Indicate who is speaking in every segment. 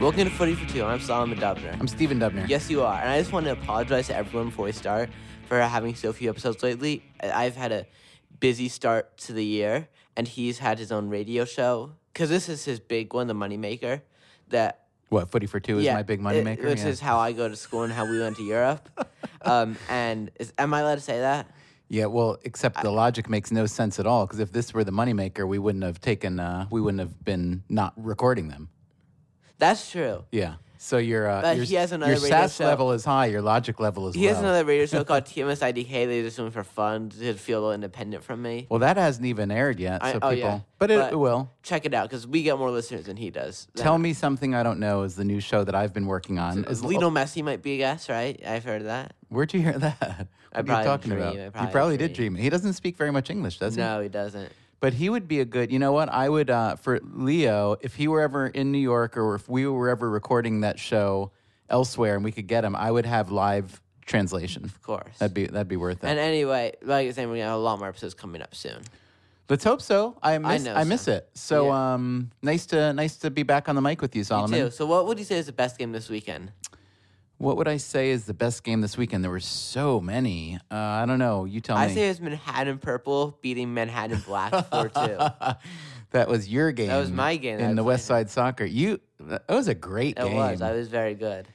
Speaker 1: Welcome to Footy for Two. I'm Solomon Dubner.
Speaker 2: I'm Stephen Dubner.
Speaker 1: Yes, you are. And I just want to apologize to everyone before we start for having so few episodes lately. I- I've had a busy start to the year, and he's had his own radio show because this is his big one, the moneymaker. That
Speaker 2: What, Footy for Two is my big
Speaker 1: it-
Speaker 2: moneymaker?
Speaker 1: which
Speaker 2: Yeah.
Speaker 1: is how I go to school and how we went to Europe. um, and is, am I allowed to say that?
Speaker 2: yeah, well, except the logic makes no sense at all because if this were the moneymaker, we wouldn't have taken, uh, we wouldn't have been not recording them.
Speaker 1: That's true.
Speaker 2: Yeah. So your, uh,
Speaker 1: But
Speaker 2: your,
Speaker 1: he has another
Speaker 2: your
Speaker 1: radio
Speaker 2: sass
Speaker 1: show.
Speaker 2: level is high, your logic level is
Speaker 1: He
Speaker 2: low.
Speaker 1: has another radio show called TMSIDK. They just doing it for fun to feel a little independent from me.
Speaker 2: well, that hasn't even aired yet, so
Speaker 1: I-
Speaker 2: people.
Speaker 1: oh, yeah.
Speaker 2: But it,
Speaker 1: But-
Speaker 2: it will.
Speaker 1: Check it out because we get more listeners than he does.
Speaker 2: Tell me something I don't know is the new show that I've been working on. Is, oh,
Speaker 1: Lionel Messi might be a guest, right? I've heard of that.
Speaker 2: where'd you hear that?
Speaker 1: I
Speaker 2: What are
Speaker 1: probably
Speaker 2: you talking
Speaker 1: dream. I
Speaker 2: about?
Speaker 1: probably
Speaker 2: you probably did
Speaker 1: dream.
Speaker 2: dream. it. He doesn't speak very much English, does he?
Speaker 1: No, he doesn't.
Speaker 2: But he would be a good, you know what? I would, uh, for Leo, if he were ever in New York or if we were ever recording that show elsewhere and we could get him, I would have live translation.
Speaker 1: Of course.
Speaker 2: That'd be, that'd be worth it.
Speaker 1: and anyway, like I was saying, we're gonna have a lot more episodes coming up soon.
Speaker 2: Let's hope so. I miss,
Speaker 1: know
Speaker 2: I, miss it. So, um, nice to, nice to be back on the mic with you, Solomon.
Speaker 1: Too. So, what would you say is the best game this weekend?
Speaker 2: What would I say is the best game this weekend? There were so many. Uh, I don't know. You tell
Speaker 1: I
Speaker 2: me.
Speaker 1: say it's Manhattan Purple beating Manhattan Black four two.
Speaker 2: that was your game.
Speaker 1: was my game that I
Speaker 2: in the
Speaker 1: played.
Speaker 2: West Side Soccer. You, that was a great
Speaker 1: It
Speaker 2: game.
Speaker 1: was. I was very good.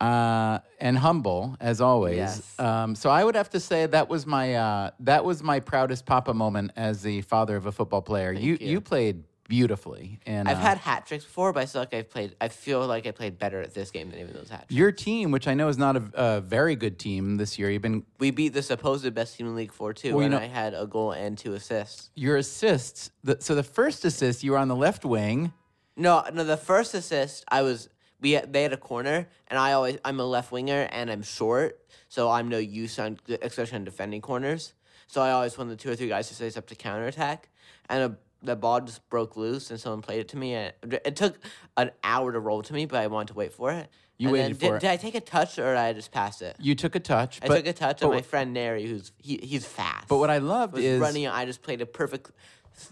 Speaker 2: uh, and humble as always.
Speaker 1: Yes.
Speaker 2: Um, so I would have to say that was my uh, that was my proudest papa moment as the father of a football player. You,
Speaker 1: you.
Speaker 2: you played beautifully, and
Speaker 1: I've
Speaker 2: uh,
Speaker 1: had hat tricks before, but I feel like I've played. I feel like I played better at this game than even those hat tricks.
Speaker 2: your team, which I know is not a, a very good team this year. You've been
Speaker 1: We beat the supposed best team in League Four two,
Speaker 2: you
Speaker 1: and
Speaker 2: know-
Speaker 1: I had a goal and two assists.
Speaker 2: your assists. The, so the first assist, you were on the left wing.
Speaker 1: No, no. The first assist, I was we had, they had a corner, and I always I'm a left winger and I'm short, so I'm no use on especially on defending corners. So I always wanted the two or three guys to set us up to counterattack, and a, the ball just broke loose, and someone played it to me. And it, it took an hour to roll to me, but I wanted to wait for it.
Speaker 2: You
Speaker 1: And then
Speaker 2: waited
Speaker 1: did,
Speaker 2: for it.
Speaker 1: Did I take a touch or did I just pass it?
Speaker 2: You took a touch.
Speaker 1: I
Speaker 2: but,
Speaker 1: took a touch,
Speaker 2: but
Speaker 1: and my friend Neri, who's he, he's fast.
Speaker 2: But what I loved
Speaker 1: was
Speaker 2: is
Speaker 1: running. I just played a perfect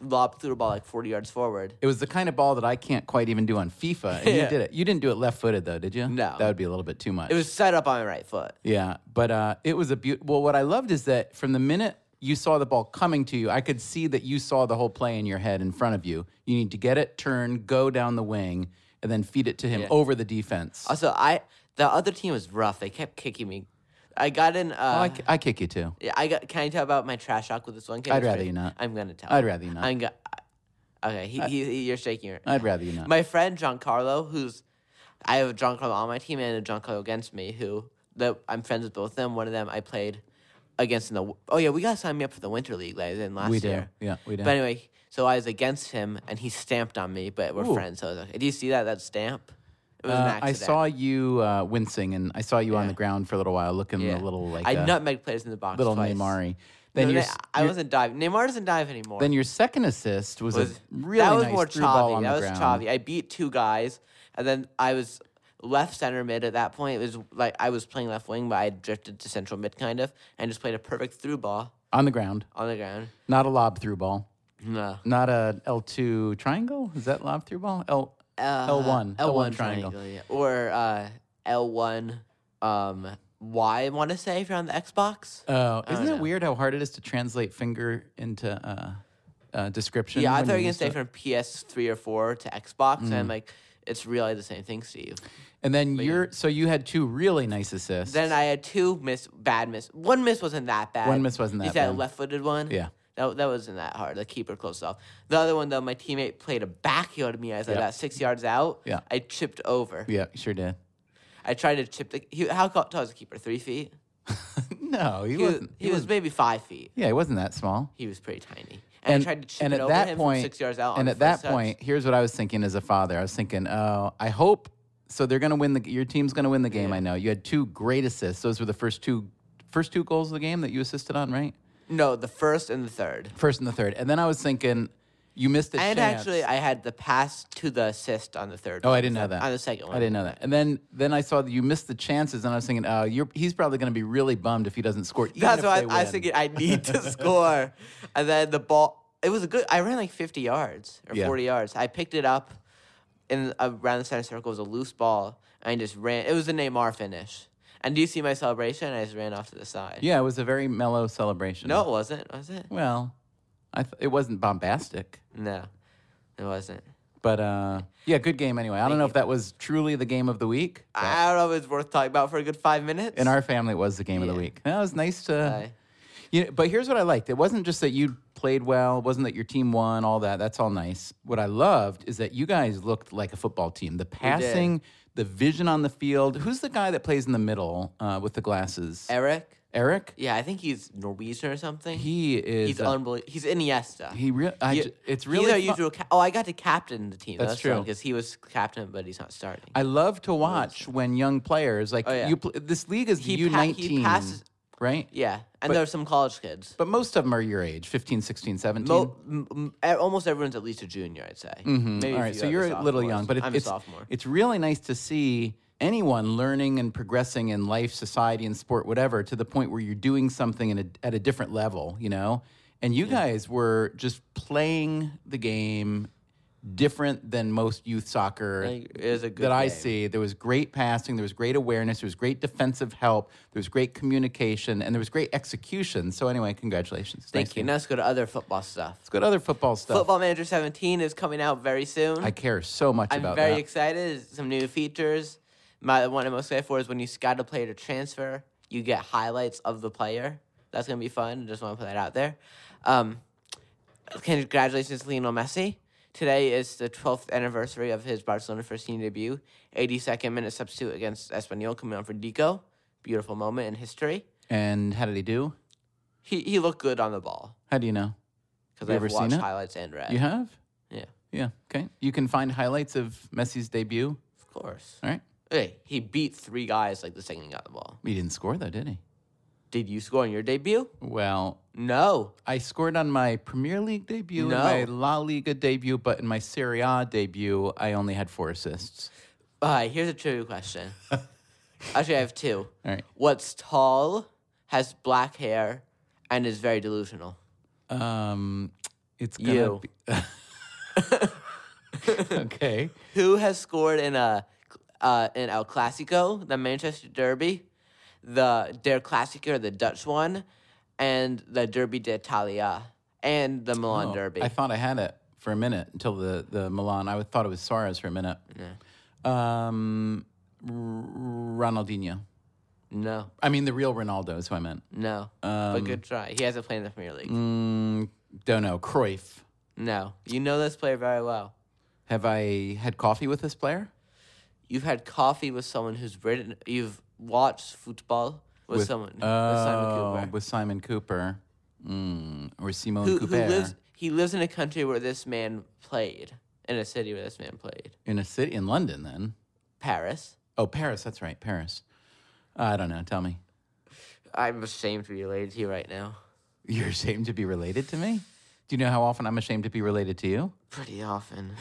Speaker 1: lob through the ball like forty yards forward.
Speaker 2: it was the kind of ball that I can't quite even do on FIFA. And
Speaker 1: Yeah.
Speaker 2: You did it. You didn't do it left footed though, did you?
Speaker 1: No.
Speaker 2: that would be a little bit too much.
Speaker 1: It was set up on my right foot.
Speaker 2: Yeah, but uh, it was a beautiful. Well, what I loved is that from the minute you saw the ball coming to you, I could see that you saw the whole play in your head in front of you. You need to get it, turn, go down the wing, and then feed it to him over the defense. I,
Speaker 1: Also, I the other team was rough. They kept kicking me. I got in. Uh,
Speaker 2: Oh, I, I kick you too.
Speaker 1: yeah, I got. Can I tell about my trash talk with this one kid?
Speaker 2: I'd
Speaker 1: It's
Speaker 2: rather
Speaker 1: great.
Speaker 2: you not.
Speaker 1: I'm gonna tell.
Speaker 2: I'd
Speaker 1: him.
Speaker 2: rather you not.
Speaker 1: I'm gonna. Okay, he, he, he- you're shaking your.
Speaker 2: I'd rather you not.
Speaker 1: My friend Giancarlo, who's I have a Giancarlo on my team and a Giancarlo against me, who that I'm friends with both of them. One of them I played against in the. Oh yeah, we gotta sign me up for the winter league like I did last
Speaker 2: we do.
Speaker 1: year.
Speaker 2: Yeah, we do.
Speaker 1: But anyway, so I was against him and he stamped on me, but we're
Speaker 2: Ooh.
Speaker 1: friends. So I was like, "Do you see that that stamp?" It was an
Speaker 2: Uh, I
Speaker 1: accident.
Speaker 2: saw you uh, wincing, and I saw you on
Speaker 1: Yeah.
Speaker 2: the ground for a little while, looking
Speaker 1: Yeah.
Speaker 2: a little like
Speaker 1: I
Speaker 2: a
Speaker 1: nutmeg players in the box.
Speaker 2: little
Speaker 1: twice.
Speaker 2: Neymari.
Speaker 1: No,
Speaker 2: Then your,
Speaker 1: Ne-
Speaker 2: s-
Speaker 1: I
Speaker 2: your-
Speaker 1: wasn't diving. Neymar doesn't dive anymore.
Speaker 2: then your second assist was,
Speaker 1: was,
Speaker 2: a really
Speaker 1: that was
Speaker 2: nice
Speaker 1: more
Speaker 2: through ball
Speaker 1: chavy.
Speaker 2: on
Speaker 1: That
Speaker 2: the
Speaker 1: was
Speaker 2: ground.
Speaker 1: chavy. I beat two guys, and then I was left center mid at that point. It was like I was playing left wing, but I drifted to central mid kind of, and just played a perfect through ball
Speaker 2: On the ground,
Speaker 1: on the ground.
Speaker 2: not a lob through ball.
Speaker 1: No.
Speaker 2: not a L two triangle. Is that lob through ball? L
Speaker 1: Uh,
Speaker 2: L one
Speaker 1: L one triangle, yeah. or uh, L one um, Y. I want to say if you're on the Xbox.
Speaker 2: Oh, isn't
Speaker 1: don't
Speaker 2: it
Speaker 1: know.
Speaker 2: weird how hard it is to translate finger into uh, uh, description?
Speaker 1: Yeah, I
Speaker 2: when
Speaker 1: thought you were gonna
Speaker 2: used
Speaker 1: say
Speaker 2: to Mm.
Speaker 1: from
Speaker 2: it?
Speaker 1: PS3 or four to Xbox, and I'm like, it's really the same thing, Steve.
Speaker 2: And then you're so you had two really nice assists.
Speaker 1: Then I had two miss, bad miss. One miss wasn't that bad.
Speaker 2: One miss wasn't
Speaker 1: You
Speaker 2: that
Speaker 1: said a
Speaker 2: bad.
Speaker 1: left-footed one.
Speaker 2: Yeah.
Speaker 1: That, that wasn't that hard. The keeper closed off. The other one though, my teammate played a backheel to me as I
Speaker 2: Yeah.
Speaker 1: got six yards out.
Speaker 2: Yeah.
Speaker 1: I chipped over.
Speaker 2: yeah, you sure did.
Speaker 1: I tried to chip the. He, how ca- tall is the keeper? Three feet.
Speaker 2: No, he,
Speaker 1: He was,
Speaker 2: wasn't.
Speaker 1: he was maybe five feet.
Speaker 2: Yeah, he wasn't that small.
Speaker 1: He was pretty tiny. And, I tried to chip
Speaker 2: and
Speaker 1: it
Speaker 2: at
Speaker 1: over
Speaker 2: that
Speaker 1: him
Speaker 2: point-
Speaker 1: from six yards out. on
Speaker 2: And
Speaker 1: the
Speaker 2: at that
Speaker 1: first touch.
Speaker 2: point, here's what I was thinking as a father. I was thinking, oh, I hope so. They're gonna win the. Your team's gonna win the game.
Speaker 1: Yeah.
Speaker 2: I know you had two great assists. Those were the first two, first two goals of the game that you assisted on, right?
Speaker 1: no, the first and the third.
Speaker 2: First and the third. And then I was thinking, you missed a
Speaker 1: And
Speaker 2: chance.
Speaker 1: actually, I had the pass to the assist on the third.
Speaker 2: Oh,
Speaker 1: one.
Speaker 2: I didn't know that.
Speaker 1: On the second one,
Speaker 2: I didn't know that. And then then I saw that you missed the chances, and I was thinking, oh, you're, he's probably going to be really bummed if he doesn't score. even
Speaker 1: That's
Speaker 2: if
Speaker 1: why
Speaker 2: they
Speaker 1: I, I was
Speaker 2: win.
Speaker 1: thinking I need to score. And then the ball, it was a good. I ran like fifty yards or
Speaker 2: Yeah.
Speaker 1: forty yards. I picked it up. in around the center circle was a loose ball, and I just ran. It was a Neymar finish. And do you see my celebration? I just ran off to the side.
Speaker 2: Yeah, it was a very mellow celebration.
Speaker 1: No, it wasn't. Was it?
Speaker 2: Well, I th- it wasn't bombastic,
Speaker 1: No, it wasn't.
Speaker 2: but uh, yeah, good game anyway. I don't know if that was truly the game of the week.
Speaker 1: I don't know if it's worth talking about for a good five minutes.
Speaker 2: In our family, it was the game of the week. That was nice to.
Speaker 1: Aye.
Speaker 2: You know, but here's what I liked. It wasn't just that you played well, it wasn't that your team won, all that. That's all nice. What I loved is that you guys looked like a football team. The passing, the vision on the field. Who's the guy that plays in the middle uh, with the glasses?
Speaker 1: Eric.
Speaker 2: Eric?
Speaker 1: Yeah, I think he's Norwegian or something.
Speaker 2: He is.
Speaker 1: he's
Speaker 2: uh,
Speaker 1: unbelievable. He's Iniesta.
Speaker 2: he re- I
Speaker 1: Yeah,
Speaker 2: ju- it's
Speaker 1: he's
Speaker 2: really.
Speaker 1: our
Speaker 2: fun-
Speaker 1: usual. Ca- oh, I got to captain the team.
Speaker 2: That's true.
Speaker 1: because he was captain, but he's not starting.
Speaker 2: I love to watch when young players like
Speaker 1: Oh, yeah.
Speaker 2: you. Pl- this league is
Speaker 1: He
Speaker 2: U
Speaker 1: pa- he
Speaker 2: nineteen,
Speaker 1: passes-
Speaker 2: right?
Speaker 1: yeah, and there are some college kids.
Speaker 2: But most of them are your age, 15, 16, 17.
Speaker 1: Mo- m- m- e- almost everyone's at least a junior, I'd say. Maybe
Speaker 2: Mm-hmm. All
Speaker 1: a
Speaker 2: right,
Speaker 1: few
Speaker 2: so
Speaker 1: other
Speaker 2: you're a little young,
Speaker 1: sophomores.
Speaker 2: but it,
Speaker 1: I'm
Speaker 2: it's
Speaker 1: a sophomore.
Speaker 2: it's really nice to see anyone learning and progressing in life, society, and sport, whatever, to the point where you're doing something in a, at a different level, you know. And you guys were just playing the game different than most youth soccer
Speaker 1: Like, it was a good
Speaker 2: that I
Speaker 1: game.
Speaker 2: see. There was great passing, there was great awareness, there was great defensive help, there was great communication, and there was great execution. So anyway, congratulations.
Speaker 1: Thank
Speaker 2: Nice
Speaker 1: you.
Speaker 2: team.
Speaker 1: Now let's go to other football stuff.
Speaker 2: Let's go to other football stuff.
Speaker 1: Football Manager 17 is coming out very soon.
Speaker 2: I care so much
Speaker 1: I'm
Speaker 2: about
Speaker 1: very
Speaker 2: that.
Speaker 1: excited. Some new features. My one I'm most excited for is when you scout a player to transfer, you get highlights of the player. That's gonna be fun. Just want to put that out there. Um, congratulations, Lionel Messi. Today is the 12th anniversary of his Barcelona first team debut. 82nd minute substitute against Espanyol coming on for Dico. Beautiful moment in history.
Speaker 2: And how did he do?
Speaker 1: He he looked good on the ball
Speaker 2: How do you know?
Speaker 1: because
Speaker 2: You
Speaker 1: I've
Speaker 2: ever seen
Speaker 1: watched
Speaker 2: it?
Speaker 1: highlights and read.
Speaker 2: You have?
Speaker 1: Yeah,
Speaker 2: Yeah. Okay. You can find highlights of Messi's debut.
Speaker 1: of course.
Speaker 2: All right.
Speaker 1: Hey, he beat three guys like the second got the ball.
Speaker 2: He didn't score though, did he?
Speaker 1: Did you score on your debut?
Speaker 2: Well,
Speaker 1: No.
Speaker 2: I scored on my Premier League debut,
Speaker 1: No.
Speaker 2: and my La Liga debut, but in my Serie A debut, I only had four assists.
Speaker 1: All right, here's a trivia question. Actually, I have two.
Speaker 2: All right.
Speaker 1: What's tall, has black hair, and is very delusional?
Speaker 2: Um, it's gonna
Speaker 1: You.
Speaker 2: Be- okay.
Speaker 1: Who has scored in a uh, in El Clasico, the Manchester Derby, the Der Clasico, the Dutch one, and the Derby d'Italia, and the Milan
Speaker 2: Oh,
Speaker 1: Derby?
Speaker 2: I thought I had it for a minute until the, the Milan. I thought it was Suarez for a minute. Um, R- Ronaldinho.
Speaker 1: no,
Speaker 2: I mean, the real Ronaldo is who I meant.
Speaker 1: no.
Speaker 2: Um,
Speaker 1: but good try. He hasn't played in the Premier League.
Speaker 2: mm. Don't know. Cruyff.
Speaker 1: No, you know this player very well.
Speaker 2: Have I had coffee with this player?
Speaker 1: you've had coffee with someone who's written you've watched football with, someone with
Speaker 2: Oh,
Speaker 1: Simon Cooper.
Speaker 2: With Simon Cooper. Mm, or Simon
Speaker 1: who, who
Speaker 2: Cooper.
Speaker 1: lives he lives in a country where this man played. In a city where this man played.
Speaker 2: in a city in London then.
Speaker 1: Paris.
Speaker 2: Oh, Paris. That's right. Paris. I don't know. Tell me.
Speaker 1: I'm ashamed to be related to you right now.
Speaker 2: You're ashamed to be related to me? Do you know how often I'm ashamed to be related to you?
Speaker 1: Pretty often.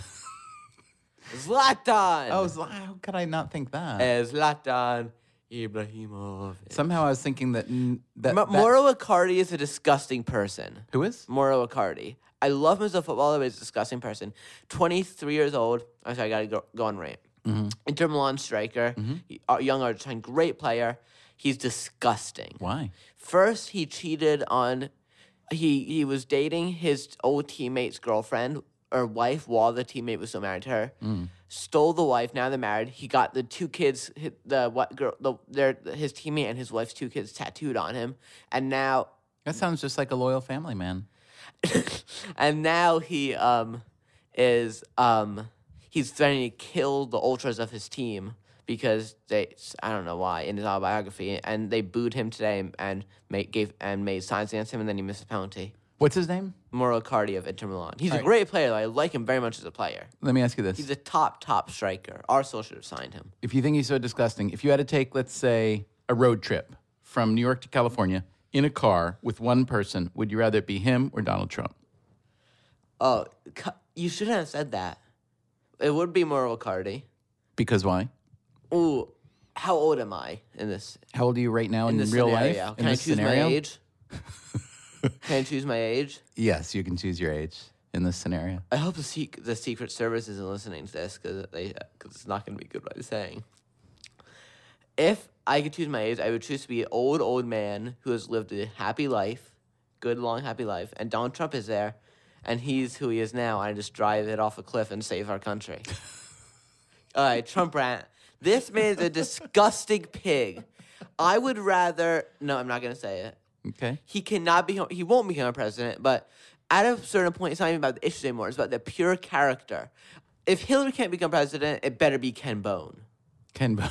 Speaker 1: Zlatan
Speaker 2: Oh, Zla- how could I not think that?
Speaker 1: Eh, Zlatan Ibrahimovic.
Speaker 2: Somehow I was thinking that. n- that,
Speaker 1: Ma-
Speaker 2: that-
Speaker 1: Mauro Icardi is a disgusting person.
Speaker 2: Who is?
Speaker 1: Mauro Icardi. I love him as a footballer, but he's a disgusting person. 23 years old. I'm sorry, I got to go, go on rant. Inter Milan striker, y- uh, young Argentine, great player. He's disgusting.
Speaker 2: Why?
Speaker 1: First, he cheated on, he, he was dating his old teammate's girlfriend or wife while the teammate was still married to her. Stole the wife. Now they're married. He got the two kids, hi- the what girl, the, their his teammate and his wife's two kids tattooed on him, and now
Speaker 2: That sounds just like a loyal family man.
Speaker 1: and now he um is um he's threatening to kill the ultras of his team because they I don't know why in his autobiography and they booed him today and, and made gave and made signs against him and then he missed a penalty.
Speaker 2: What's his name?
Speaker 1: Mauro Cardi of Inter Milan. He's
Speaker 2: Alright.
Speaker 1: a great player. Though. I like him very much as a player.
Speaker 2: Let me ask you this.
Speaker 1: He's a top top striker. Arsenal should have signed him.
Speaker 2: if you think he's so disgusting, if you had to take, let's say, a road trip from New York to California in a car with one person, would you rather it be him or Donald Trump?
Speaker 1: Oh, cu- you shouldn't have said that. It would be Mauro Cardi.
Speaker 2: Because why?
Speaker 1: Ooh, how old am I in this
Speaker 2: How old are you right now in,
Speaker 1: in this
Speaker 2: real
Speaker 1: scenario.
Speaker 2: life?
Speaker 1: Can
Speaker 2: in
Speaker 1: I
Speaker 2: this
Speaker 1: choose
Speaker 2: scenario?
Speaker 1: my age? Can I choose my age?
Speaker 2: Yes, you can choose your age. in this scenario.
Speaker 1: I hope the, sec- the Secret Service isn't listening to this because they cause it's not going to be good what I'm saying. If I could choose my age, I would choose to be an old, old man who has lived a happy life, good, long, happy life, and Donald Trump is there, and he's who he is now. I just drive it off a cliff and save our country. All right, Trump rant. This man is a disgusting pig. I would rather. No, I'm not going to say it
Speaker 2: Okay.
Speaker 1: he cannot be he won't become a president but at a certain point it's not even about the issues anymore it's about the pure character if hillary can't become president it better be ken bone
Speaker 2: Ken
Speaker 1: but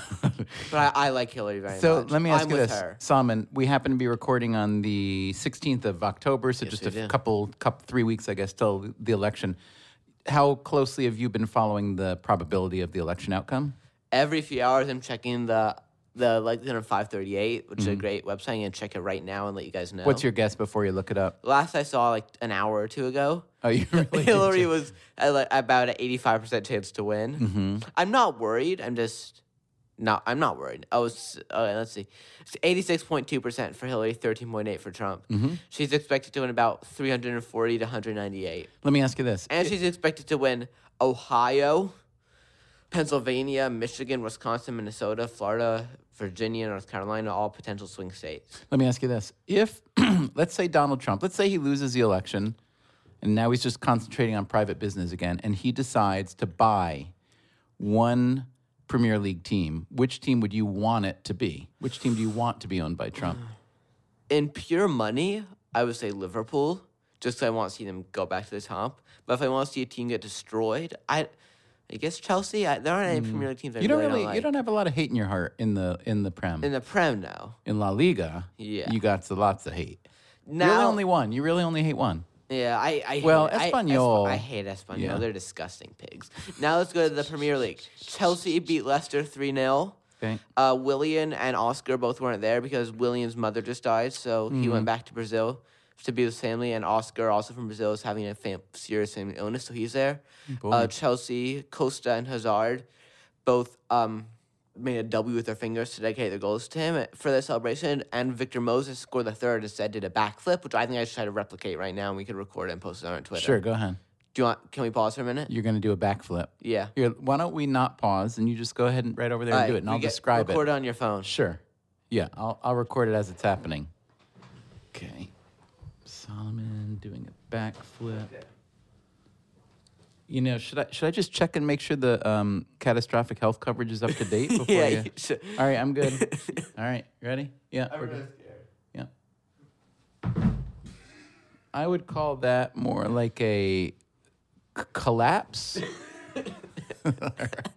Speaker 1: i, I like hillary very
Speaker 2: So
Speaker 1: much
Speaker 2: let me ask
Speaker 1: I'm
Speaker 2: you
Speaker 1: with
Speaker 2: this,
Speaker 1: her.
Speaker 2: Salman. We happen to be recording on the 16th of October, so just
Speaker 1: we
Speaker 2: a
Speaker 1: do.
Speaker 2: couple, couple, three weeks, I guess, till the election. How closely have you been following the probability of the election outcome?
Speaker 1: every few hours i'm checking the the like 538 which is a great website i'm gonna check it right now and let you guys know
Speaker 2: Mm-hmm. What's your guess before you look it up?
Speaker 1: last i saw like an hour or two ago
Speaker 2: Oh, you really
Speaker 1: hillary was at like about an 85% chance to win
Speaker 2: hmm
Speaker 1: I'm not worried. I'm just not. I'm not worried. I was. Uh, let's see. It's 86.2 percent for Hillary. 13.8 for Trump. She's expected to win about 340 to 198,
Speaker 2: Let me ask you this.
Speaker 1: and she's expected to win Ohio, Pennsylvania, Michigan, Wisconsin, Minnesota, Florida, Virginia, North Carolina, all potential swing states.
Speaker 2: Let me ask you this. If, let's say Donald Trump, let's say he loses the election and now he's just concentrating on private business again, and he decides to buy one Premier League team, which team would you want it to be? Which team do you want to be owned by Trump?
Speaker 1: In pure money, I would say Liverpool, just 'cause I want to see them go back to the top. But if I want to see a team get destroyed, I. I guess Chelsea. I, there aren't any Premier League teams. I
Speaker 2: Hmm. You don't
Speaker 1: really,
Speaker 2: really,
Speaker 1: don't like.
Speaker 2: you don't have a lot of hate in your heart in the in the Prem
Speaker 1: in the Prem now.
Speaker 2: in La Liga.
Speaker 1: Yeah.
Speaker 2: you got lots of hate.
Speaker 1: Now,
Speaker 2: you really only one. You really only hate one.
Speaker 1: yeah, I, I
Speaker 2: Well,
Speaker 1: hate, I-
Speaker 2: Espanyol.
Speaker 1: I, hate Espanol.
Speaker 2: Yeah.
Speaker 1: They're disgusting pigs. Now let's go to the Premier League. Chelsea beat Leicester three 0
Speaker 2: Okay.
Speaker 1: Uh, Willian and Oscar both weren't there because Willian's mother just died, so he
Speaker 2: Mm-hmm.
Speaker 1: went back to Brazil to be with his family. And Oscar, also from Brazil, is having a fam- serious family illness, so he's there. Uh, Chelsea, Costa, and Hazard both um, made a W with their fingers to dedicate their goals to him for their celebration. And Victor Moses scored the third instead, did a backflip, which I think I should try to replicate right now, and we could record it and post it on our Twitter.
Speaker 2: Sure, go ahead.
Speaker 1: Do you want? Can we pause for a minute?
Speaker 2: You're going to do a backflip.
Speaker 1: Yeah.
Speaker 2: Here, why don't we not pause and you just go ahead and right over there and do it, and I'll describe it.
Speaker 1: Record it on your phone.
Speaker 2: Sure. Yeah, I'll, I'll record it as it's happening. Okay. Solomon doing a backflip. You know, should I should I just check and make sure the um, catastrophic health coverage is up to date before
Speaker 1: Yeah.
Speaker 2: you?
Speaker 1: you should.
Speaker 2: All right, I'm good. All right, ready? Yeah, we're good. Yeah. I would call that more like a c- collapse.
Speaker 1: I don't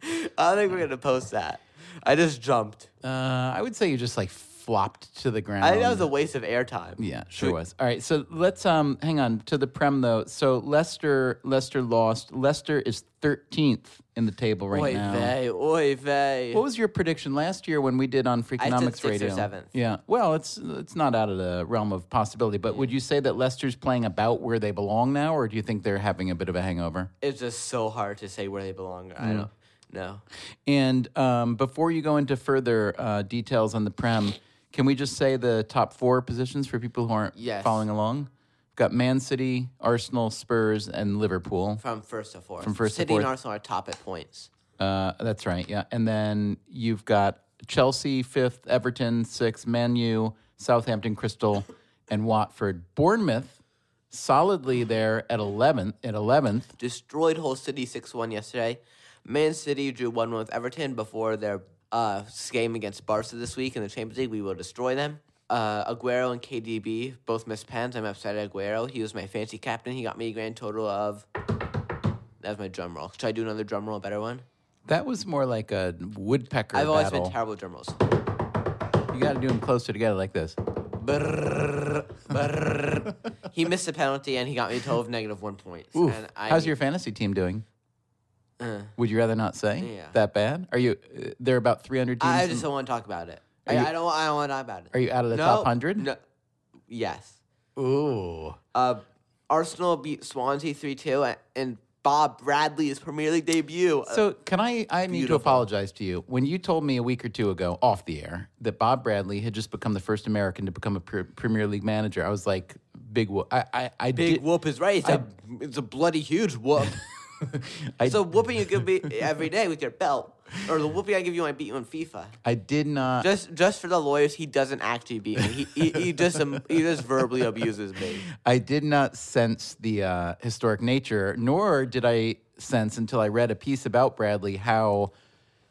Speaker 1: think we're gonna post that. I just jumped.
Speaker 2: uh, I would say you just like flopped to the ground.
Speaker 1: I think that was a waste of airtime.
Speaker 2: Yeah, sure was. All right, so let's um hang on to the prem though. So Leicester, Leicester lost. Leicester is thirteenth in the table right
Speaker 1: Oy
Speaker 2: now.
Speaker 1: vey, oy vey.
Speaker 2: What was your prediction last year when we did on Freakonomics
Speaker 1: sixth or
Speaker 2: Radio?
Speaker 1: seventh.
Speaker 2: Yeah, well, it's it's not out of the realm of possibility. But would you say that Leicester's playing about where they belong now, or do you think they're having a bit of a hangover?
Speaker 1: It's just so hard to say where they belong.
Speaker 2: Mm.
Speaker 1: I don't know.
Speaker 2: And um, before you go into further uh, details on the Prem, can we just say the top four positions for people who aren't
Speaker 1: Yes.
Speaker 2: following along? We've got Man City, Arsenal, Spurs, and Liverpool.
Speaker 1: From first to fourth.
Speaker 2: From first to
Speaker 1: City and
Speaker 2: fourth.
Speaker 1: Arsenal are top at points.
Speaker 2: Uh, that's right, yeah. And then you've got Chelsea, fifth, Everton, sixth, Man U, Southampton, Crystal, and Watford. Bournemouth solidly there at 11th, at 11th.
Speaker 1: Destroyed Hull City 6 1 yesterday. Man City drew 1 1 with Everton before their uh, game against Barca this week in the Champions League. We will destroy them. Uh, Aguero and KDB both missed pens. I'm upset at Aguero. He was my fancy captain. He got me a grand total of. That was my drum roll. Should I do another drum roll, a better one?
Speaker 2: That was more like a woodpecker
Speaker 1: I've always
Speaker 2: battle.
Speaker 1: been terrible at drum rolls.
Speaker 2: you got to do them closer together like this.
Speaker 1: Brrr, brrr. he missed a penalty and he got me a total of negative one point.
Speaker 2: Oof.
Speaker 1: And I,
Speaker 2: How's your fantasy team doing?
Speaker 1: Uh.
Speaker 2: Would you rather not say?
Speaker 1: Yeah.
Speaker 2: That bad? Are you? Uh, there are about 300 teams.
Speaker 1: I
Speaker 2: in-
Speaker 1: just don't want to talk about it. I,
Speaker 2: you-
Speaker 1: I don't. I don't want to talk about it.
Speaker 2: are you out of the
Speaker 1: No,
Speaker 2: top 100?
Speaker 1: No. Yes.
Speaker 2: Ooh.
Speaker 1: Uh, Arsenal beat Swansea three two, and Bob Bradley's Premier League debut. Uh,
Speaker 2: So can I? I need to apologize to you. When you told me a week or two ago, off the air, that Bob Bradley had just become the first American to become a pre- Premier League manager, I was like Big whoop. I I, I
Speaker 1: Big
Speaker 2: did,
Speaker 1: whoop is right. It's a it's a bloody huge whoop.
Speaker 2: I-
Speaker 1: it's a whooping you give me every day with your belt, or the whooping I give you when I beat you in FIFA.
Speaker 2: I did not.
Speaker 1: Just just for the lawyers, he doesn't actually beat me. He he, he just um, he just verbally abuses me.
Speaker 2: I did not sense the uh, historic nature, nor did I sense until I read a piece about Bradley how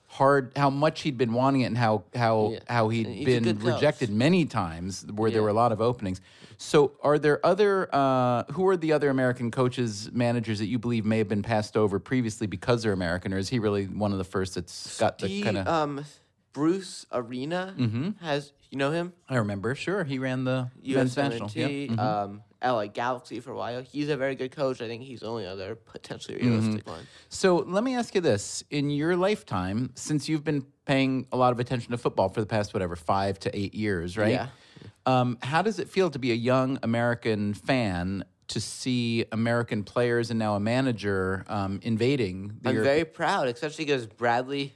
Speaker 2: hard, how much he'd been wanting it, and how how how he
Speaker 1: He's
Speaker 2: had
Speaker 1: a
Speaker 2: been
Speaker 1: good coach.
Speaker 2: rejected many times, where there
Speaker 3: Yeah.
Speaker 2: were a lot of openings. So, are there other? Uh, who are the other American coaches, managers that you believe may have been passed over previously because they're American, or is he really one of the first that's got the
Speaker 1: He,
Speaker 2: kind of?
Speaker 1: um, Bruce Arena
Speaker 2: Mm-hmm.
Speaker 1: has you know him.
Speaker 2: I remember, sure, he ran the men's national.
Speaker 1: USMNT,
Speaker 2: Yep.
Speaker 1: um, LA Galaxy for a while. He's a very good coach. I think he's the only other potentially
Speaker 2: Mm-hmm.
Speaker 1: realistic one.
Speaker 2: So let me ask you this: In your lifetime, since you've been paying a lot of attention to football for the past whatever five to eight years, right?
Speaker 1: Yeah.
Speaker 2: Um, how does it feel to be a young American fan to see American players and now a manager um, invading the
Speaker 1: I'm
Speaker 2: Europe-
Speaker 1: very proud, especially because Bradley,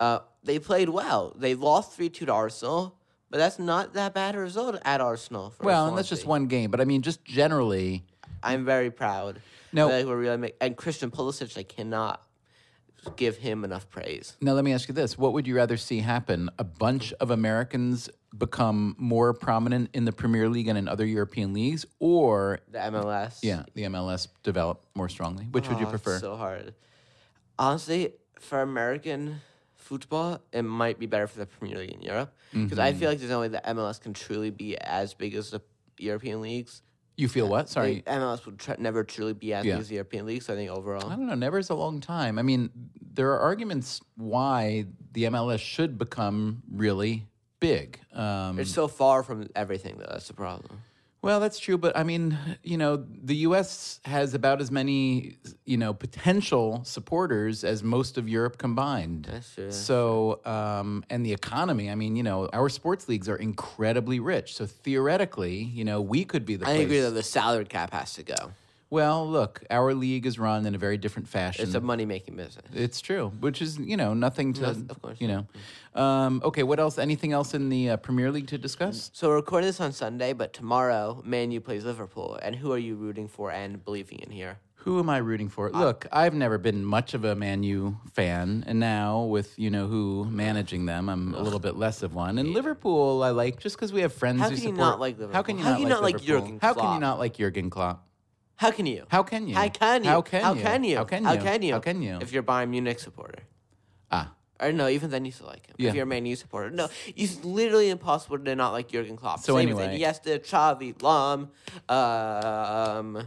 Speaker 1: uh, they played well. They lost 3 2 to Arsenal, but that's not that bad a result at Arsenal. For
Speaker 2: well? And that's just
Speaker 1: Swansea.
Speaker 2: one game, but I mean, just generally,
Speaker 1: I'm very proud.
Speaker 2: Now-
Speaker 1: Like, we're really make- and Christian Pulisic, I cannot give him enough praise.
Speaker 2: Now, let me ask you this. What would you rather see happen? A bunch of Americans become more prominent in the Premier League and in other European leagues, or
Speaker 1: The MLS.
Speaker 2: yeah, the MLS develop more strongly? Which would you
Speaker 1: Oh, it's
Speaker 2: prefer?
Speaker 1: So hard. Honestly, for American football, it might be better for the Premier League in Europe because I
Speaker 2: Mm-hmm.
Speaker 1: feel like there's no way the MLS can truly be as big as the European leagues.
Speaker 2: you feel what? Sorry.
Speaker 1: Like, MLS would tr- never truly be as
Speaker 2: Yeah.
Speaker 1: big as the European leagues. So I think
Speaker 2: I
Speaker 1: overall,
Speaker 2: don't know. Never is a long time. I mean, there are arguments why the MLS should become really big. Um,
Speaker 1: it's so far from everything though. That's the problem.
Speaker 2: well, that's true, but I mean, you know, the U.S. has about as many, you know, potential supporters as most of Europe combined.
Speaker 1: That's true.
Speaker 2: So, um, and the economy. I mean, you know, our sports leagues are incredibly rich. So theoretically, you know, we could be the.
Speaker 1: I
Speaker 2: place.
Speaker 1: agree that the salary cap has to go.
Speaker 2: Well, look, our league is run in a very different fashion.
Speaker 1: It's a money making business.
Speaker 2: It's true, which is you know nothing to
Speaker 1: of course.
Speaker 2: you know. Um, okay, what else? Anything else in the uh, Premier League to discuss?
Speaker 1: So we're recording this on Sunday, but tomorrow Man U plays Liverpool. And who are you rooting for and believing in here?
Speaker 2: Who am I rooting for? Look, I've never been much of a Man U fan, and now with you know who managing them, I'm a little bit less of one. And Liverpool, I like just because we have friends.
Speaker 1: How
Speaker 2: who
Speaker 1: can you not
Speaker 2: support-
Speaker 1: like
Speaker 2: How
Speaker 1: Liverpool?
Speaker 2: can you
Speaker 1: How can
Speaker 2: not
Speaker 1: you
Speaker 2: like,
Speaker 1: not like
Speaker 2: Liverpool?
Speaker 1: Jurgen
Speaker 2: How can you
Speaker 1: Klopp?
Speaker 2: not like Jurgen Klopp?
Speaker 1: How can you?
Speaker 2: How can you?
Speaker 1: How can you?
Speaker 2: How can
Speaker 1: How
Speaker 2: you?
Speaker 1: can you?
Speaker 2: How can
Speaker 1: How
Speaker 2: you?
Speaker 1: can you?
Speaker 2: How can you?
Speaker 1: If you're a Bayern Munich supporter.
Speaker 2: Ah,
Speaker 1: Or no, even then you still like him.
Speaker 2: Yeah.
Speaker 1: If you're a Man U supporter. No, it's literally impossible to not like Jurgen Klopp.
Speaker 2: So
Speaker 1: Same
Speaker 2: anyway.
Speaker 1: with Iniesta, Xavi, Lom. Um,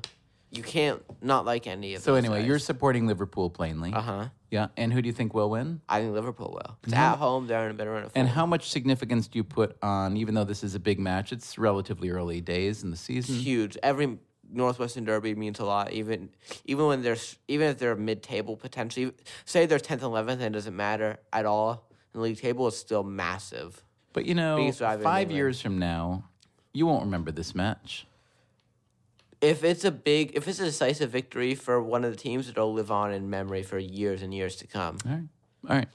Speaker 1: you can't not like any of
Speaker 2: so
Speaker 1: those
Speaker 2: anyway,
Speaker 1: guys.
Speaker 2: you're supporting Liverpool plainly.
Speaker 1: Uh huh.
Speaker 2: Yeah, and who do you think will win?
Speaker 1: I think Liverpool will. It's
Speaker 2: Mm-hmm.
Speaker 1: at home. They're in a better run of form.
Speaker 2: And how much significance do you put on, even though this is a big match, it's relatively early days in the season?
Speaker 1: It's huge. Every Northwestern Derby means a lot. Even even when there's even if they're mid table potentially, say they're tenth, eleventh, and it doesn't matter at all in the league table, it's still massive.
Speaker 2: But you know,
Speaker 1: Biggest rival in
Speaker 2: five
Speaker 1: England.
Speaker 2: years from now, you won't remember this match.
Speaker 1: If it's a big, if it's a decisive victory for one of the teams, it'll live on in memory for years and years to come.
Speaker 2: All right. All right.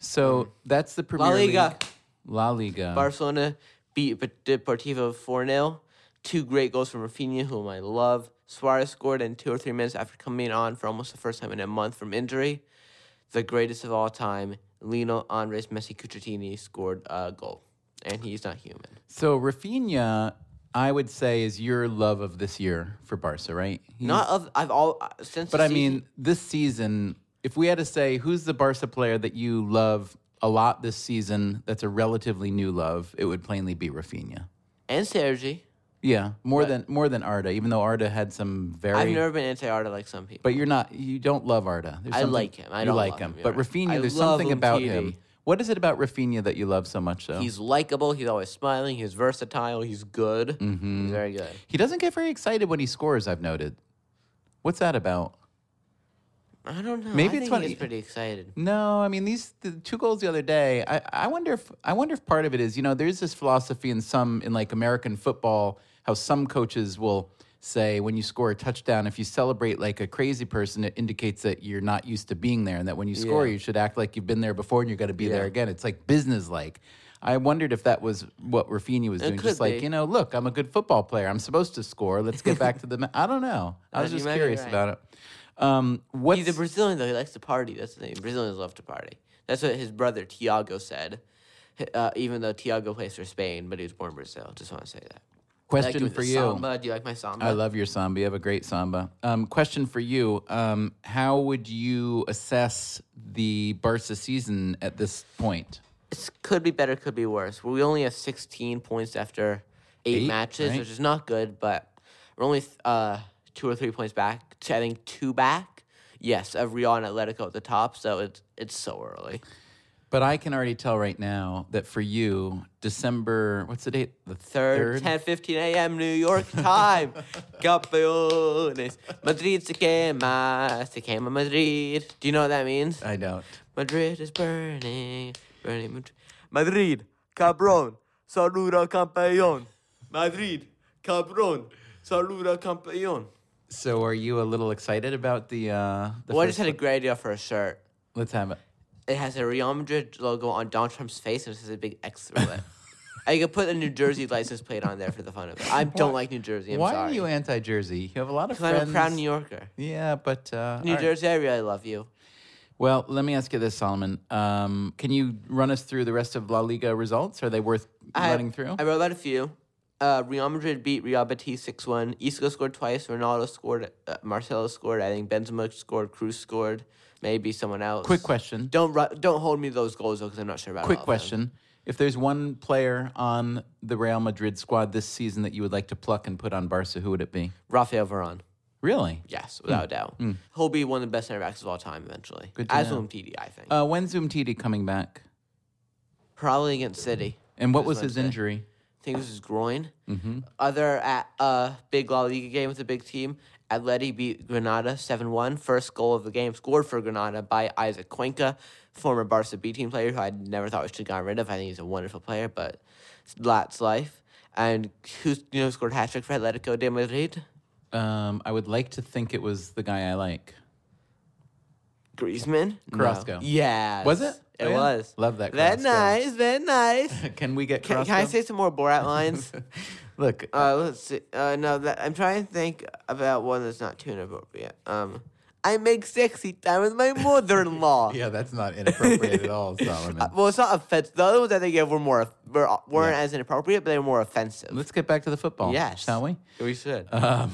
Speaker 2: So that's the Premier
Speaker 1: Liga.
Speaker 2: League. La Liga.
Speaker 1: Barcelona beat Bet- Deportivo 4 0. Two great goals from Rafinha, whom I love. Suarez scored in two or three minutes after coming on for almost the first time in a month from injury. The greatest of all time, Lionel Andres Messi Cuccittini scored a goal. And he's not human.
Speaker 2: so Rafinha, I would say, is your love of this year for Barca, right? He's-
Speaker 1: Not of, I've all, uh, since
Speaker 2: But
Speaker 1: the
Speaker 2: I
Speaker 1: season-
Speaker 2: mean, this season, if we had to say who's the Barca player that you love a lot this season, that's a relatively new love, it would plainly be Rafinha.
Speaker 1: and Sergi.
Speaker 2: Yeah, more than more than Arda, even though Arda had some very.
Speaker 1: I've never been anti Arda like some people.
Speaker 2: but you're not. You don't love Arda. There's
Speaker 1: I
Speaker 2: something-
Speaker 1: like him. I
Speaker 2: you
Speaker 1: don't
Speaker 2: like
Speaker 1: love
Speaker 2: him,
Speaker 1: him,
Speaker 2: but
Speaker 1: you're right.
Speaker 2: Rafinha,
Speaker 1: I
Speaker 2: there's
Speaker 1: love
Speaker 2: something about
Speaker 1: Umtiti.
Speaker 2: him. What is it about Rafinha that you love so much, though?
Speaker 1: he's likable. He's always smiling. He's versatile. He's good.
Speaker 2: Mm-hmm.
Speaker 1: He's very good.
Speaker 2: he doesn't get very excited when he scores. I've noted. What's that about?
Speaker 1: I don't know.
Speaker 2: Mm-hmm. Maybe
Speaker 1: I
Speaker 2: it's
Speaker 1: think
Speaker 2: when he-
Speaker 1: he's pretty excited.
Speaker 2: No, I mean these the two goals the other day. I, I wonder if I wonder if part of it is you know there's this philosophy in some in like American football how some coaches will say when you score a touchdown if you celebrate like a crazy person it indicates that you're not used to being there and that when you score
Speaker 1: Yeah.
Speaker 2: you should act like you've been there before and you're going to be there
Speaker 1: Yeah.
Speaker 2: again. It's like business like. I wondered if that was what Rafinha was doing. Just
Speaker 1: could
Speaker 2: like,
Speaker 1: be.
Speaker 2: you know, look, I'm a good football player. I'm supposed to score. Let's get back to the. ma-" I don't know. I
Speaker 1: Uh,
Speaker 2: was
Speaker 1: you
Speaker 2: just
Speaker 1: might be
Speaker 2: curious
Speaker 1: right.
Speaker 2: about it. Um, what's,
Speaker 1: He's a Brazilian though. He likes to party. That's the thing. Brazilians love to party. That's what his brother Tiago said. H- Uh, even though Tiago plays for Spain, but he was born in Brazil. Just want to say that. I like
Speaker 2: question
Speaker 1: doing
Speaker 2: for
Speaker 1: the
Speaker 2: you?
Speaker 1: Samba. Do you like my samba?
Speaker 2: I love your samba. You have a great samba. Um, question for you: um, How would you assess the Barca season at this point?
Speaker 1: It's could be better, could be worse. We only have 16 points after eight,
Speaker 2: Eight,
Speaker 1: matches,
Speaker 2: right?
Speaker 1: which is not good, but we're only th- uh, two or three points back. t- I think two back. Yes, of Real and Atletico at the top, so it's it's so early.
Speaker 2: But I can already tell right now that for you, December what's the date? The
Speaker 1: Third, 10, 15 a.m. New York time. Campeones. Madrid se quema, se quema Madrid. Do you know what that means?
Speaker 2: I don't.
Speaker 1: Madrid is burning, burning Madrid. Madrid, cabrón, saluda campeón. Madrid, cabrón, saluda campeón.
Speaker 2: So are you a little excited about the? Uh, the
Speaker 1: Well, I
Speaker 2: first
Speaker 1: just had a
Speaker 2: one?
Speaker 1: great idea for a shirt.
Speaker 2: Let's have it.
Speaker 1: It has a Real Madrid logo on Donald Trump's face and it says a big X through it. I could put a New Jersey license plate on there for the fun of it. I don't like New Jersey. I'm
Speaker 2: Why
Speaker 1: sorry.
Speaker 2: are you anti-Jersey? You have a lot of
Speaker 1: 'Cause I'm
Speaker 2: friends.
Speaker 1: a proud New Yorker.
Speaker 2: yeah, but uh,
Speaker 1: New
Speaker 2: all right.
Speaker 1: Jersey, I really love you.
Speaker 2: Well, let me ask you this, Solomon. Um, can you run us through the rest of La Liga results? Are they worth running through?
Speaker 1: I wrote about a few. Uh, Real Madrid beat Real Betis 6 1. Isco scored twice. Ronaldo scored. Uh, Marcelo scored. I think Benzema scored. Cruz scored. Maybe someone else.
Speaker 2: Quick question.
Speaker 1: Don't ru- don't hold me to those goals, though, because I'm not sure about
Speaker 2: Quick
Speaker 1: all of them.
Speaker 2: question. If there's one player on the Real Madrid squad this season that you would like to pluck and put on Barca, who would it be?
Speaker 1: Rafael Varane.
Speaker 2: Really?
Speaker 1: Yes, without a doubt. He'll be one of the best center backs of all time eventually.
Speaker 2: Hmm. Good to
Speaker 1: As
Speaker 2: know.
Speaker 1: will Mtd, I think.
Speaker 2: Uh, when's Umtiti coming back?
Speaker 1: Probably against City.
Speaker 2: And what
Speaker 1: This
Speaker 2: was his
Speaker 1: Wednesday.
Speaker 2: injury?
Speaker 1: I think this is groin.
Speaker 2: Mm-hmm.
Speaker 1: Other at, uh, big La Liga game with a big team. Atleti beat Granada 7 1. First goal of the game scored for Granada by Isaac Cuenca, former Barca B team player who I never thought we should have gotten rid of. I think he's a wonderful player, but it's Lat's life. And who's you know scored a hat trick for Atletico de Madrid?
Speaker 2: Um, I would like to think it was the guy I like.
Speaker 1: Griezmann? No.
Speaker 2: Carrasco.
Speaker 1: Yes.
Speaker 2: Was it?
Speaker 1: It
Speaker 2: Oh, yeah?
Speaker 1: was.
Speaker 2: Love that
Speaker 1: That
Speaker 2: Carrasco.
Speaker 1: nice, that nice.
Speaker 2: Can we get
Speaker 1: Can, can I
Speaker 2: Carrasco?
Speaker 1: say some more Borat lines?
Speaker 2: Look,
Speaker 1: Uh, let's see. Uh, no, that, I'm trying to think about one that's not too inappropriate. Um, I make sexy time with my mother-in-law.
Speaker 2: yeah, that's not inappropriate at all, Solomon.
Speaker 1: Uh, well, it's not offensive. The other ones I think of were more were, weren't as inappropriate, but they were more offensive.
Speaker 2: Let's get back to the football.
Speaker 1: Yes.
Speaker 2: Shall we?
Speaker 1: we should.
Speaker 2: Um,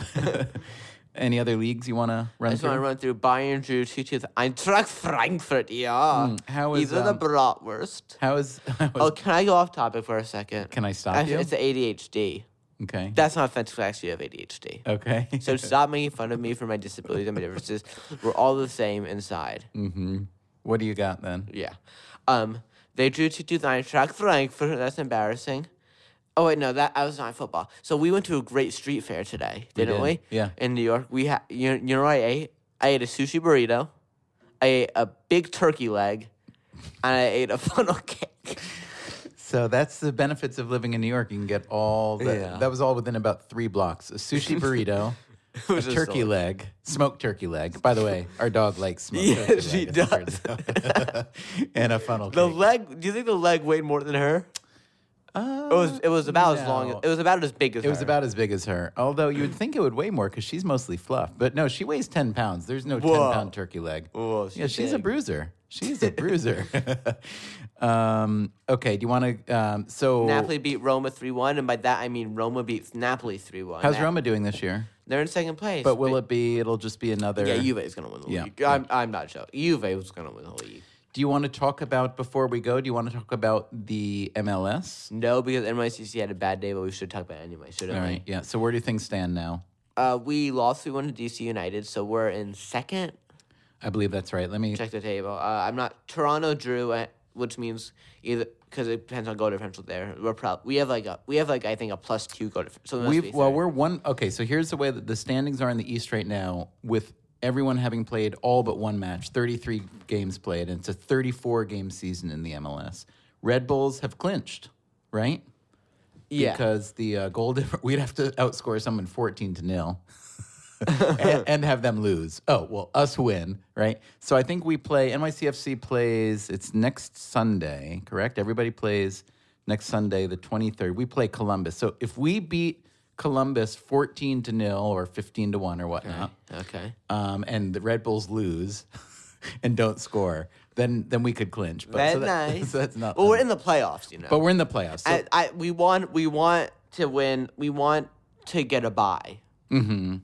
Speaker 2: any other leagues you want to
Speaker 1: I
Speaker 2: run
Speaker 1: just want to
Speaker 2: through?
Speaker 1: run through Bayern drew two two Eintracht Frankfurt. Yeah,
Speaker 2: Hmm, how is,
Speaker 1: these are the
Speaker 2: um,
Speaker 1: bratwurst.
Speaker 2: How is. How is
Speaker 1: Oh, can I go off topic for a second?
Speaker 2: Can I stop
Speaker 1: Actually,
Speaker 2: you?
Speaker 1: It's the ADHD.
Speaker 2: okay.
Speaker 1: That's not offensive. 'cause I actually have ADHD.
Speaker 2: Okay.
Speaker 1: So stop making fun of me for my disabilities and my differences. We're all the same inside.
Speaker 2: what do you got then?
Speaker 1: Yeah. Um, they drew to do the Eintracht Frankfurt. That's embarrassing. Oh wait, no, that I was on football. So we went to a great street fair today, didn't we?
Speaker 2: did, yeah.
Speaker 1: In New York, we had you, you know what I ate? I ate a sushi burrito, I ate a big turkey leg, and I ate a funnel cake.
Speaker 2: So that's the benefits of living in New York. You can get all the,
Speaker 1: Yeah.
Speaker 2: that was all within about three blocks. A sushi burrito, a
Speaker 1: a
Speaker 2: turkey
Speaker 1: solid-
Speaker 2: leg, smoked turkey leg. By the way, our dog likes smoked
Speaker 1: Yeah,
Speaker 2: turkey
Speaker 1: she
Speaker 2: leg. as it turns out. and a funnel
Speaker 1: The
Speaker 2: cake.
Speaker 1: leg? Do you think the leg weighed more than her?
Speaker 2: Uh,
Speaker 1: It was. It was about as long.
Speaker 2: Um, no.
Speaker 1: It was about as big as.
Speaker 2: it was about as big as her. Although you would think it would weigh more because she's mostly fluff. But no, she weighs 10 pounds. There's no 10
Speaker 1: Whoa.
Speaker 2: pound turkey leg.
Speaker 1: Whoa,
Speaker 2: yeah,
Speaker 1: she's
Speaker 2: she's a
Speaker 1: big.
Speaker 2: bruiser. She's a bruiser. um, okay, do you want to? Um, so,
Speaker 1: Napoli beat Roma 3 1, and by that I mean Roma beats Napoli 3 1.
Speaker 2: how's Roma doing this year?
Speaker 1: They're in second place.
Speaker 2: But will it be? It'll just be another.
Speaker 1: Yeah, Juve is going to win the
Speaker 2: Yeah.
Speaker 1: league. I'm, I'm not sure. Juve was going to win the league.
Speaker 2: do you want to talk about before we go? Do you want to talk about the MLS?
Speaker 1: No, because NYCC had a bad day, but we should talk about it anyway, shouldn't
Speaker 2: All
Speaker 1: we?
Speaker 2: right. Yeah. So where do things stand now?
Speaker 1: Uh, we lost 3 1 to DC United, so we're in second.
Speaker 2: I believe that's right. Let me.
Speaker 1: Check the table. Uh, I'm not. Toronto drew, uh, which means either. Because it depends on goal differential. There, we're proud. We have like a, we have like I think a plus two goal differential. So we must
Speaker 2: We've
Speaker 1: be
Speaker 2: well,
Speaker 1: third.
Speaker 2: we're one. Okay. So here's the way that the standings are in the East right now, with everyone having played all but one match, 33 games played, and it's a 34 game season in the MLS. Red Bulls have clinched, right?
Speaker 1: yeah.
Speaker 2: because the uh, goal difference we'd have to outscore someone 14 to nil and, and have them lose oh well us win right so i think we play nycfc plays it's next sunday correct everybody plays next Sunday, the 23rd. We play Columbus. So if we beat Columbus 14 to nil or 15 to 1 or whatnot,
Speaker 1: Okay.
Speaker 2: um, and the Red Bulls lose and don't score, then then we could clinch. But
Speaker 1: Very
Speaker 2: so that-
Speaker 1: nice.
Speaker 2: so that's not.
Speaker 1: Well, we're in the playoffs, you know.
Speaker 2: but we're in the playoffs. So
Speaker 1: I, I, we want we want to win. We want to get a bye.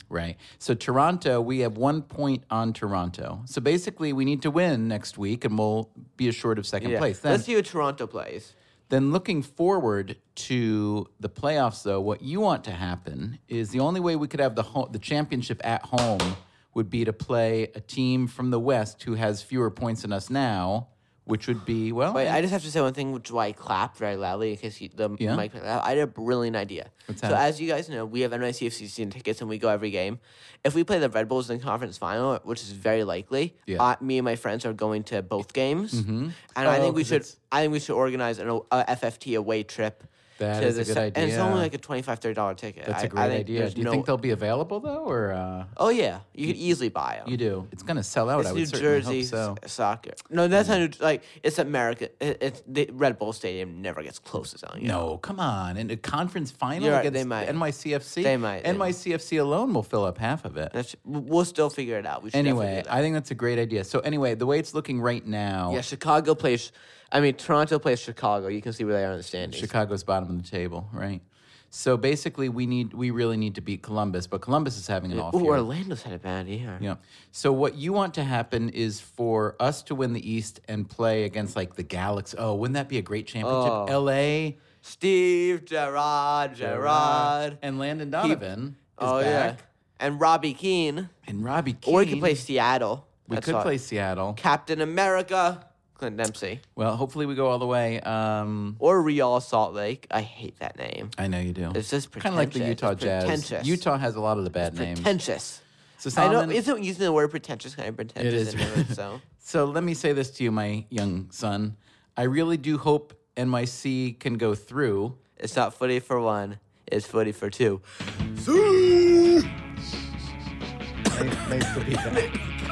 Speaker 2: Right. So Toronto, we have one point on Toronto. So basically, we need to win next week, and we'll be assured of second place. Then,
Speaker 1: Let's see who Toronto plays.
Speaker 2: then looking forward to the playoffs, though, what you want to happen is the only way we could have the ho- the championship at home would be to play a team from the West who has fewer points than us now, which would be well.
Speaker 1: Wait, I just have to say one thing, which is why I clapped very loudly in case you, the
Speaker 2: Yeah?
Speaker 1: mic. picked it up. I had a brilliant idea. so
Speaker 2: that?
Speaker 1: as you guys know, we have NYCFC season tickets and we go every game. If we play the Red Bulls in the conference final, which is very likely,
Speaker 2: Yeah.
Speaker 1: uh, me and my friends are going to both games, and I
Speaker 2: Oh,
Speaker 1: think we
Speaker 2: 'cause
Speaker 1: should.
Speaker 2: it's-
Speaker 1: I think we should organize an o- a FFT away trip.
Speaker 2: That
Speaker 1: to
Speaker 2: is a
Speaker 1: the
Speaker 2: good
Speaker 1: se- And it's
Speaker 2: idea.
Speaker 1: only like a $25, 30 dollar ticket.
Speaker 2: that's
Speaker 1: I- I
Speaker 2: a great
Speaker 1: think
Speaker 2: idea.
Speaker 1: there's
Speaker 2: Do you
Speaker 1: no-
Speaker 2: think they'll be available though, or uh,
Speaker 1: Oh yeah, you could easily buy them.
Speaker 2: you do? It's going to sell out. I would
Speaker 1: New
Speaker 2: certainly
Speaker 1: Jersey
Speaker 2: hope so.
Speaker 1: s- soccer. No, that's not New- like it's America. It, it's the Red Bull Stadium never gets close to selling. out.
Speaker 2: No, come on. In a conference final
Speaker 1: You're right,
Speaker 2: against
Speaker 1: they might.
Speaker 2: the NYCFC?
Speaker 1: They might, they might.
Speaker 2: NYCFC alone will fill up half of it.
Speaker 1: That's, we'll still figure it out. We should definitely
Speaker 2: Anyway,
Speaker 1: do that.
Speaker 2: I think that's a great idea. So anyway, the way it's looking right now,
Speaker 1: yeah, Chicago plays. I mean, Toronto plays Chicago. You can see where they are in the standings.
Speaker 2: Chicago's bottom of the table, right? So basically we need we really need to beat Columbus, but Columbus is having an off
Speaker 1: Ooh,
Speaker 2: year.
Speaker 1: Orlando's had a bad year.
Speaker 2: Yeah. So what you want to happen is for us to win the East and play against like the Galaxy. Oh, wouldn't that be a great
Speaker 1: Oh.
Speaker 2: championship? LA
Speaker 1: Steve Gerrard, Gerrard,
Speaker 2: and Landon Donovan is
Speaker 1: oh yeah,
Speaker 2: back.
Speaker 1: and Robbie Keane.
Speaker 2: And Robbie Keane.
Speaker 1: Or we could play Seattle.
Speaker 2: we
Speaker 1: That's
Speaker 2: could
Speaker 1: all-
Speaker 2: play Seattle.
Speaker 1: Captain America, Clint Dempsey,
Speaker 2: Well, hopefully we go all the way. Um,
Speaker 1: or Real Salt Lake. I hate that name.
Speaker 2: I know you do.
Speaker 1: It's just
Speaker 2: kind of like the
Speaker 1: pretentious.
Speaker 2: Utah
Speaker 1: It's
Speaker 2: Jazz.
Speaker 1: pretentious.
Speaker 2: Utah has a lot of the bad names.
Speaker 1: Pretentious.
Speaker 2: So,
Speaker 1: I don't.
Speaker 2: Solomon,
Speaker 1: Isn't using the word pretentious kind of pretentious?
Speaker 2: It is.
Speaker 1: in it, so
Speaker 2: so let me say this to you, my young son. I really do hope NYC can go through.
Speaker 1: it's not footy for one. It's footy for two.
Speaker 2: Nice to be back.